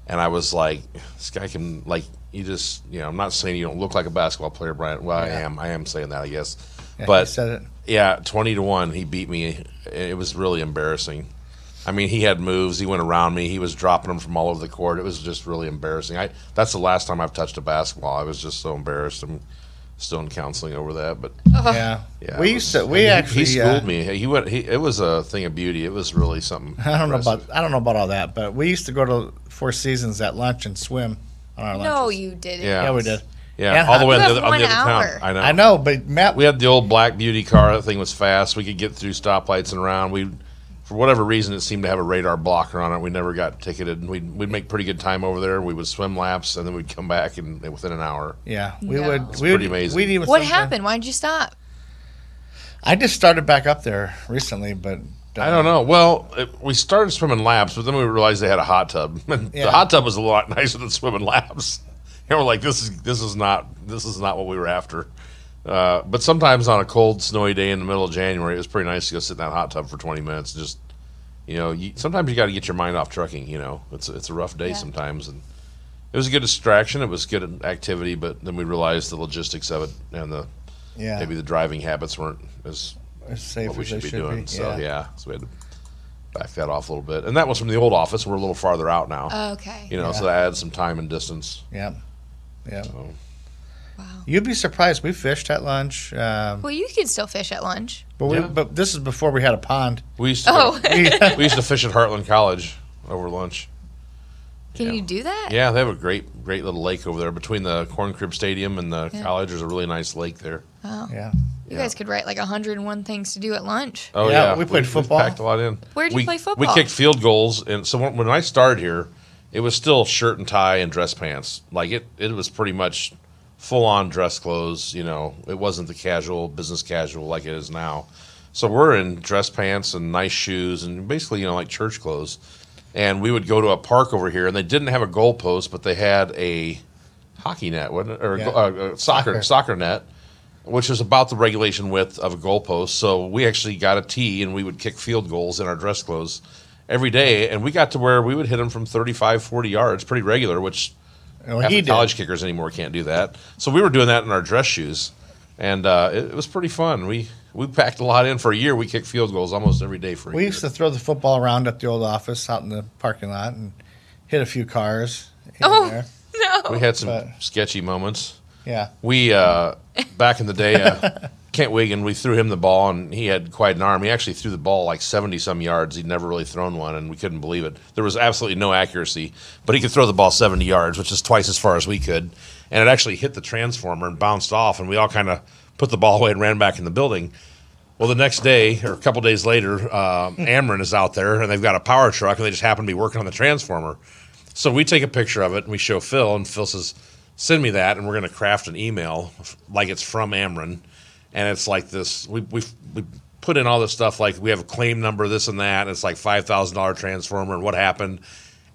And I was like, this guy can, like, you just, you know, I'm not saying you don't look like a basketball player, Brian. Well, I Yeah. am. I am saying that, I guess. yeah you but said it. yeah, twenty to one, he beat me. It was really embarrassing. I mean, he had moves. He went around me. He was dropping them from all over the court. It was just really embarrassing. I that's the last time I've touched a basketball. I was just so embarrassed. I'm still in counseling over that, but Ugh. Yeah. yeah, We it used was- to. I We mean, he- actually. he schooled uh, me. He went. He, it was a thing of beauty. It was really something. I don't know impressive. about. I don't know about all that, but we used to go to Four Seasons at lunch and swim on our lunch. No, you didn't. Yeah. Yeah, we did. Yeah, Yeah, all the way you on the have other, on the one other town. hour. I know. I know, but Matt. We had the old black beauty car. That thing was fast. We could get through stoplights and around. We, for whatever reason, it seemed to have a radar blocker on it. We never got ticketed. We'd, we'd make pretty good time over there. We would swim laps and then we'd come back and within an hour. yeah, we No. would. It's we would, pretty amazing. We'd even What sometimes- happened? Why did you stop? I just started back up there recently, but I don't know. Well, it, we started swimming laps, but then we realized they had a hot tub. And Yeah. The hot tub was a lot nicer than swimming laps. And we're like, this is this is not this is not what we were after. Uh, but sometimes on a cold, snowy day in the middle of January, it was pretty nice to go sit in that hot tub for 20 minutes and just, you know, you, sometimes you got to get your mind off trucking. You know, it's a, it's a rough day Yeah. sometimes, and it was a good distraction. It was good activity, but then we realized the logistics of it and the Yeah. maybe the driving habits weren't as As safe what we as should they be doing. So yeah. yeah, so we had to back that off a little bit, and that was from the old office. We're a little farther out now, Oh, Okay. you know, so that adds some time and distance. Yeah. Yeah. So. Wow. You'd be surprised. We fished at lunch, um, Well, you can still fish at lunch. but we, Yeah. but this is before we had a pond. We used to Oh, can we used to fish at Heartland College over lunch. you do that? Yeah, they have a great great little lake over there between the Corn Crib Stadium and the Yeah. college. There's a really nice lake there. Wow. yeah. You guys could write like 101 things to do at lunch. Oh Yeah, yeah, we played football. packed a lot in. Where'd you We- play We football? kicked field goals, and so when, when I started here, it was still shirt and tie and dress pants. Like it, it was pretty much full on dress clothes. You know, it wasn't the casual business casual like it is now. So we're in dress pants and nice shoes and basically you know like church clothes. And we would go to a park over here, and they didn't have a goalpost, but they had a hockey net, wasn't it? or a Yeah. go- uh, uh, soccer Soccer. soccer net which is about the regulation width of a goalpost. So we actually got a tee and we would kick field goals in our dress clothes every day. And we got to where we would hit them from 35, 40 yards pretty regular, which Well, half he the did. college kickers anymore can't do that. So we were doing that in our dress shoes. And uh, it, it was pretty fun. We we packed a lot in for a year. We kicked field goals almost every day for a We year. used to throw the football around at the old office out in the parking lot and hit a few cars. here and Oh, there. no. we had some but- sketchy moments. Yeah. We uh, back in the day, uh, Kent Wigan, we threw him the ball, and he had quite an arm. He actually threw the ball like seventy some yards. He'd never really thrown one, and we couldn't believe it. There was absolutely no accuracy, but he could throw the ball seventy yards, which is twice as far as we could. And it actually hit the transformer and bounced off, and we all kind of put the ball away and ran back in the building. Well, the next day or a couple days later, um, Amron is out there and they've got a power truck and they just happen to be working on the transformer. So we take a picture of it and we show Phil, and Phil says, "Send me that, and we're going to craft an email f- like it's from Amron, and it's like this. We we we put in all this stuff like we have a claim number, this and that. And it's like five thousand dollar transformer and what happened."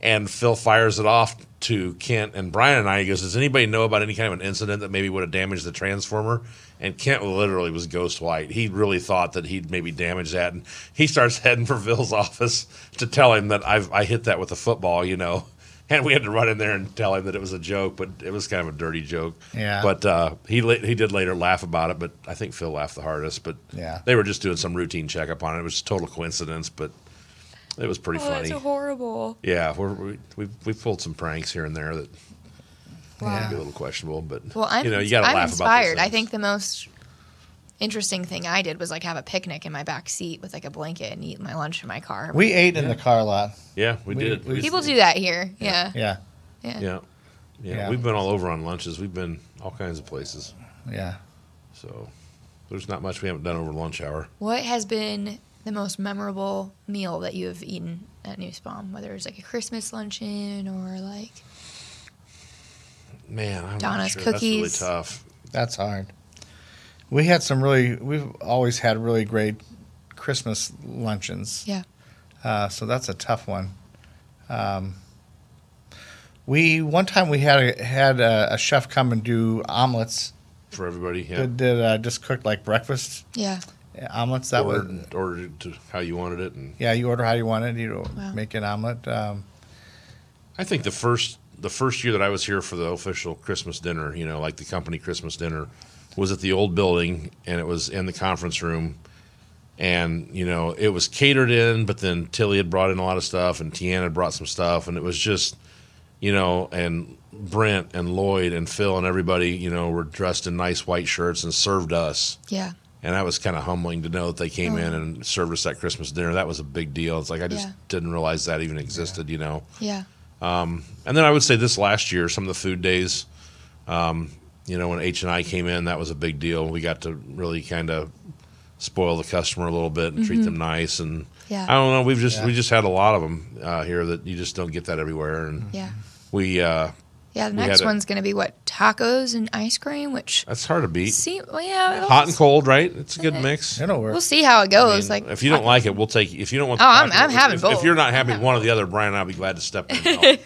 And Phil fires it off to Kent and Brian and I. He goes, "Does anybody know about any kind of an incident that maybe would have damaged the transformer?" And Kent literally was ghost white. He really thought that he'd maybe damaged that, and he starts heading for Phil's office to tell him that I've I hit that with a football, you know. And we had to run in there and tell him that it was a joke, but it was kind of a dirty joke. Yeah. But uh, he la- he did later laugh about it, but I think Phil laughed the hardest. But Yeah. they were just doing some routine checkup on it. It was total coincidence, but it was pretty Oh, that's funny. horrible. yeah, we're, we we we pulled some pranks here and there that might Wow. be a little questionable, but Well, I'm, you know you got to I'm laugh inspired. about. these I think things. the most interesting thing I did was like have a picnic in my back seat with like a blanket and eat my lunch in my car. We ate in the car lot. yeah, we, we- did. we- People do that here. Yeah. Yeah. Yeah. Yeah. yeah, Yeah. We've been all over on lunches. We've been all kinds of places. Yeah. So there's not much we haven't done over lunch hour. What has been the most memorable meal that you have eaten at Newsbaum? Whether it's like a Christmas luncheon or like Man, I'm not Donna's sure. cookies. That's really tough. That's hard. We had some really, we've always had really great Christmas luncheons. yeah. Uh, so that's a tough one. Um, we one time we had a, had a, a chef come and do omelets. for everybody. Yeah. Did, did uh, just cooked like breakfast uh, Yeah. omelets. That ordered, was ordered it to how you wanted it, and yeah. You order how you want it. You Wow. make an omelet. Um, I think the first the first year that I was here for the official Christmas dinner, you know, like the company Christmas dinner, was at the old building, and it was in the conference room, and you know it was catered in, but then Tilly had brought in a lot of stuff, and Tiana had brought some stuff, and it was just, you know, and Brent and Lloyd and Phil and everybody, you know, were dressed in nice white shirts and served us. Yeah. And that was kind of humbling to know that they came in and served us that Christmas dinner. That was a big deal. It's like I just Yeah. didn't realize that even existed, you know. Yeah. And then I would say this last year, some of the food days, um, you know, when H and I came in, that was a big deal. We got to really kind of spoil the customer a little bit and treat them nice. And Mm-hmm. Yeah. I don't know, we've just Yeah. we just had a lot of them uh, here that you just don't get that everywhere. And Yeah. we uh, Yeah. The We next had a- one's gonna be what tacos and ice cream, which that's hard to beat. see, well, yeah, it'll- Hot and cold, right? It's a good mix. it'll work. We'll see how it I mean, goes. Oh, like if you don't like it, we'll take. If you don't want, Oh, I'm- taco, I'm having if, If both. you're not happy with one or the other, Brian, I'll be glad to step in. and help.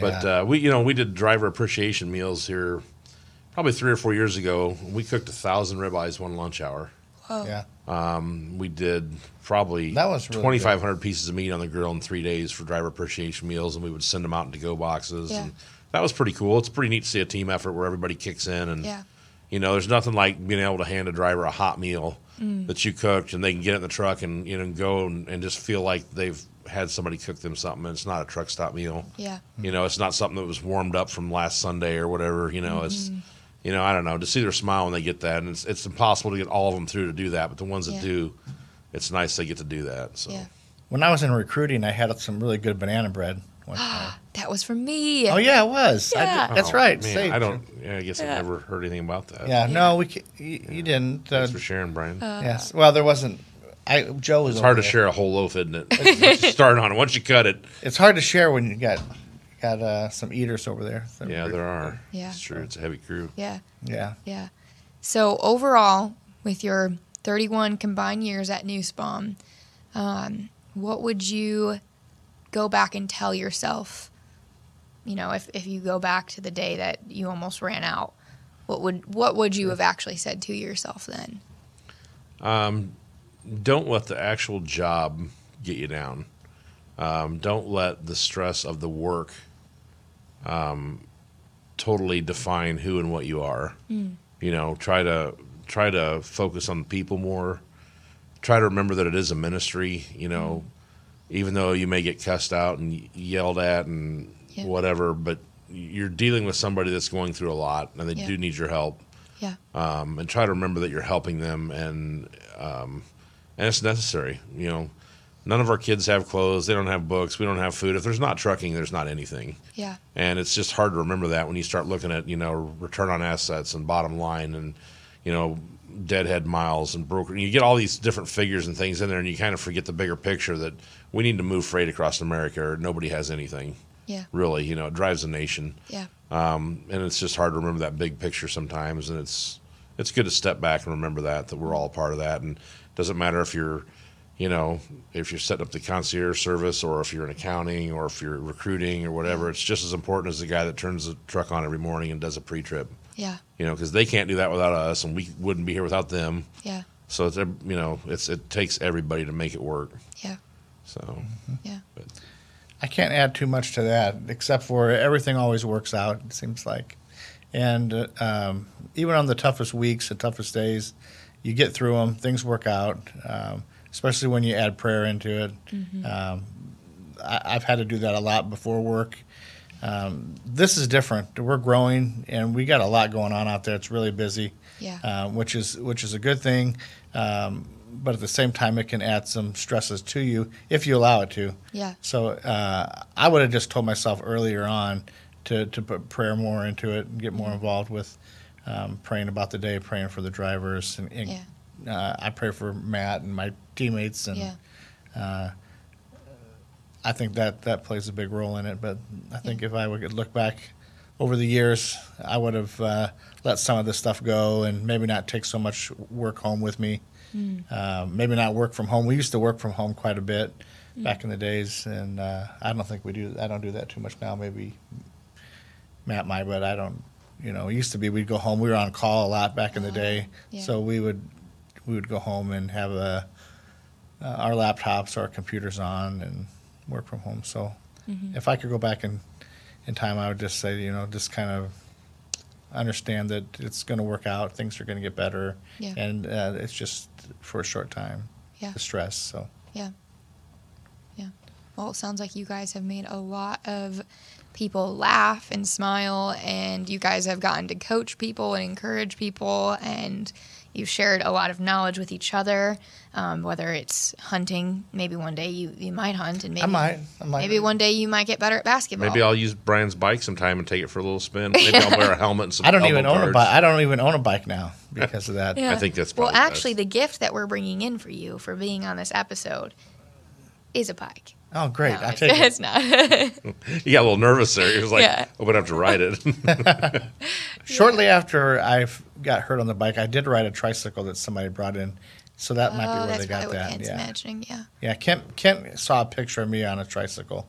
But Yeah. uh, we, you know, we did driver appreciation meals here, probably three or four years ago. We cooked a thousand ribeyes one lunch hour. oh, yeah. Um, we did probably That was really good. 2,500 pieces of meat on the grill in three days for driver appreciation meals, and we would send them out in to-go boxes. Yeah. And that was pretty cool. It's pretty neat to see a team effort where everybody kicks in and Yeah. you know, there's nothing like being able to hand a driver a hot meal Mm. that you cooked and they can get it in the truck and you know go and, and just feel like they've had somebody cook them something. It's not a truck stop meal. Yeah. You know, it's not something that was warmed up from last Sunday or whatever. You know, Mm-hmm. it's you know, I don't know, to see their smile when they get that, and it's it's impossible to get all of them through to do that, but the ones that Yeah. do, it's nice they get to do that. So Yeah. When I was in recruiting, I had some really good banana bread. One time. That was from me. oh yeah, it was. I did- Yeah. that's Oh, right. man, Saved I you. don't. Yeah, I guess Yeah. I've never heard anything about that. Yeah, no, we ca you, you didn't. Uh, Thanks for sharing, Brian. yes. Well, there wasn't. I Joe was. it's hard to over there. share a whole loaf, isn't it? Once you start on it, once you cut it, It's hard to share when you got got uh, some eaters over there. So- Yeah, there are. Yeah. It's true. It's a heavy crew. Yeah. Yeah. Yeah. So overall, with your 31 combined years at Newsbaum, um, what would you go back and tell yourself? You know, if, if you go back to the day that you almost ran out, what would what would you have actually said to yourself then? Don't let the actual job get you down. Um, don't let the stress of the work um, totally define who and what you are. Mm. You know, try to try to focus on the people more. Try to remember that it is a ministry. You know, Mm. even though you may get cussed out and yelled at and Yeah. whatever, but you're dealing with somebody that's going through a lot and they Yeah. do need your help. Yeah. Uh, um, and try to remember that you're helping them and um, and it's necessary. You know, none of our kids have clothes. They don't have books. We don't have food. If there's not trucking, there's not anything. Yeah. And it's just hard to remember that when you start looking at you know return on assets and bottom line and you know deadhead miles and broker. You get all these different figures and things in there, and you kind of forget the bigger picture that we need to move freight across America, or nobody has anything. Yeah. Really, you know, it drives the nation Yeah. um, and it's just hard to remember that big picture sometimes and it's it's good to step back and remember that that we're all a part of that and it doesn't matter if you're you know if you're setting up the concierge service or if you're in accounting or if you're recruiting or whatever it's just as important as the guy that turns the truck on every morning and does a pre-trip Yeah. you know because they can't do that without us and we wouldn't be here without them Yeah. so it's ev- you know it's it takes everybody to make it work Yeah. so Mm-hmm. Yeah. I can't add too much to that, except for everything always works out. It seems like, and uh, um, even on the toughest weeks, the toughest days, you get through them. Things work out, um, especially when you add prayer into it. Um, I, I've had to do that a lot before work. Um, this is different. We're growing, and we got a lot going on out there. It's really busy, Yeah. uh, which is which is a good thing. Um, but at the same time, it can add some stresses to you if you allow it to. Yeah. So uh, I would have just told myself earlier on to, to put prayer more into it and get more involved with um, praying about the day, praying for the drivers, and, and uh, I pray for Matt and my teammates, and uh, Yeah. I think that that plays a big role in it. But I think if I would look back over the years, I would have uh, let some of this stuff go and maybe not take so much work home with me. Uh, maybe not work from home. We used to work from home quite a bit back in the days, and uh, I don't think we do. I don't do that too much now. Maybe Matt might, but I don't. You know, it used to be we'd go home. We were on call a lot back in the day, yeah. so we would we would go home and have a uh, our laptops, our computers on, and work from home. So Mm-hmm. if I could go back in, in time, I would just say, you know, just kind of understand that it's going to work out, things are going to get better, Yeah. and uh, it's just for a short time, Yeah. the stress. So Yeah. Yeah. Well, it sounds like you guys have made a lot of people laugh and smile, and you guys have gotten to coach people and encourage people, and you've shared a lot of knowledge with each other. Um, whether it's hunting, maybe one day you, you might hunt, and maybe I might, I might. maybe one day you might get better at basketball. maybe i'll use brian's bike sometime and take it for a little spin maybe i'll wear a helmet and some I don't elbow even own a guards. bike. I don't even own a bike now because of that. I think that's well. probably best. Actually, the gift that we're bringing in for you for being on this episode is a bike. Oh, great! No, I it's, take it. it's not. He got a little nervous there. He was like, Yeah. "I'm gonna have to ride it." Shortly after I got hurt on the bike, I did ride a tricycle that somebody brought in, so that might oh, be where that's they got probably what that. Ken's yeah, imagining. Yeah. yeah. Kent Kent saw a picture of me on a tricycle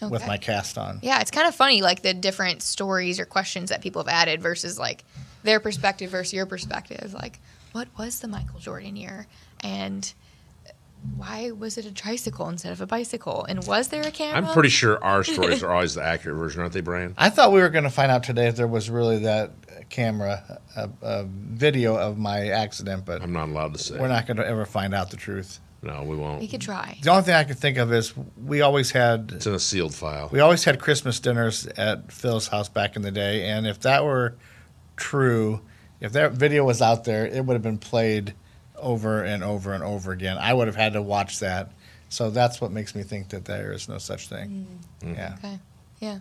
with Okay. my cast on. Yeah, it's kind of funny, like the different stories or questions that people have added versus like their perspective versus your perspective. Like, what was the Michael Jordan year and why was it a tricycle instead of a bicycle? And was there a camera? I'm pretty sure our stories are always the accurate version, aren't they, Brian? I thought we were going to find out today if there was really that camera uh, uh, video of my accident, but I'm not allowed to say. we're not going to ever find out the truth. No, we won't. We could try. The only thing I can think of is we always had It's in a sealed file. we always had Christmas dinners at Phil's house back in the day, and if that were true, if that video was out there, it would have been played over and over and over again. I would have had to watch that. So that's what makes me think that there is no such thing. Yeah, Okay. Yeah.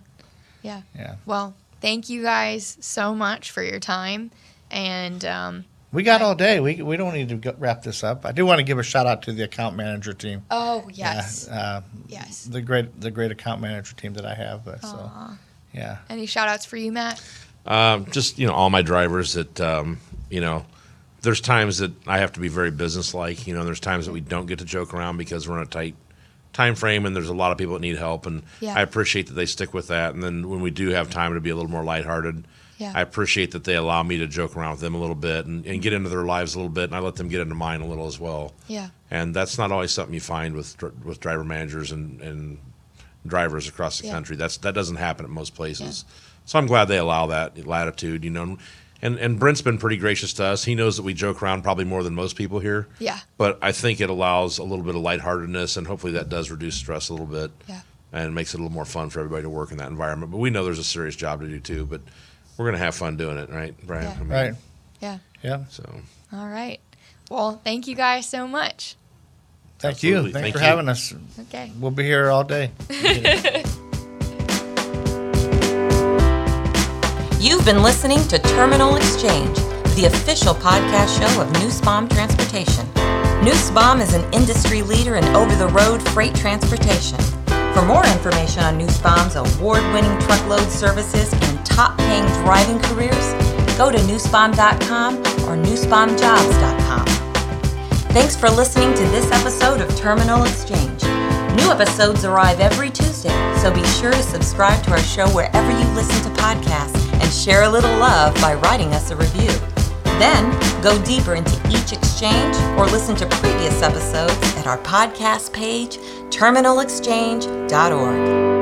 Yeah. yeah. Well, thank you guys so much for your time. And um, We got all day. We, we don't need to go- wrap this up. I do want to give a shout out to the account manager team. oh, yes. Yeah, uh, yes. the great the great account manager team that I have. uh, so Aw. yeah, Any shout outs for you, Matt? Um, just you know, all my drivers that um, you know. There's times that I have to be very businesslike. You know, there's times that we don't get to joke around because we're on a tight time frame, and there's a lot of people that need help. And Yeah. I appreciate that they stick with that. And then when we do have time to be a little more lighthearted, Yeah. I appreciate that they allow me to joke around with them a little bit and, and get into their lives a little bit, and I let them get into mine a little as well. Yeah. And that's not always something you find with dr- with driver managers and, and drivers across the Yeah. country. That's that doesn't happen at most places. So I'm glad they allow that latitude, you know. And and Brent's been pretty gracious to us. He knows that we joke around probably more than most people here. Yeah. But I think it allows a little bit of lightheartedness, and hopefully that does reduce stress a little bit. Yeah. And makes it a little more fun for everybody to work in that environment. But we know there's a serious job to do too. But we're gonna have fun doing it, right, Brian? Yeah. I mean, right. Yeah. Yeah. So All right. Well, thank you guys so much. Thank Absolutely. you. Thanks Thank for you. having us. Okay. We'll be here all day. You've been listening to Terminal Exchange, the official podcast show of New Spam Transportation. New Spam is an industry leader in over the road freight transportation. For more information on New Spam's award winning truckload services and top paying driving careers, go to newspam.com or newspamjobs.com. Thanks for listening to this episode of Terminal Exchange. New episodes arrive every Tuesday, so be sure to subscribe to our show wherever you listen to podcasts and share a little love by writing us a review. Then go deeper into each exchange or listen to previous episodes at our podcast page, terminalexchange.org.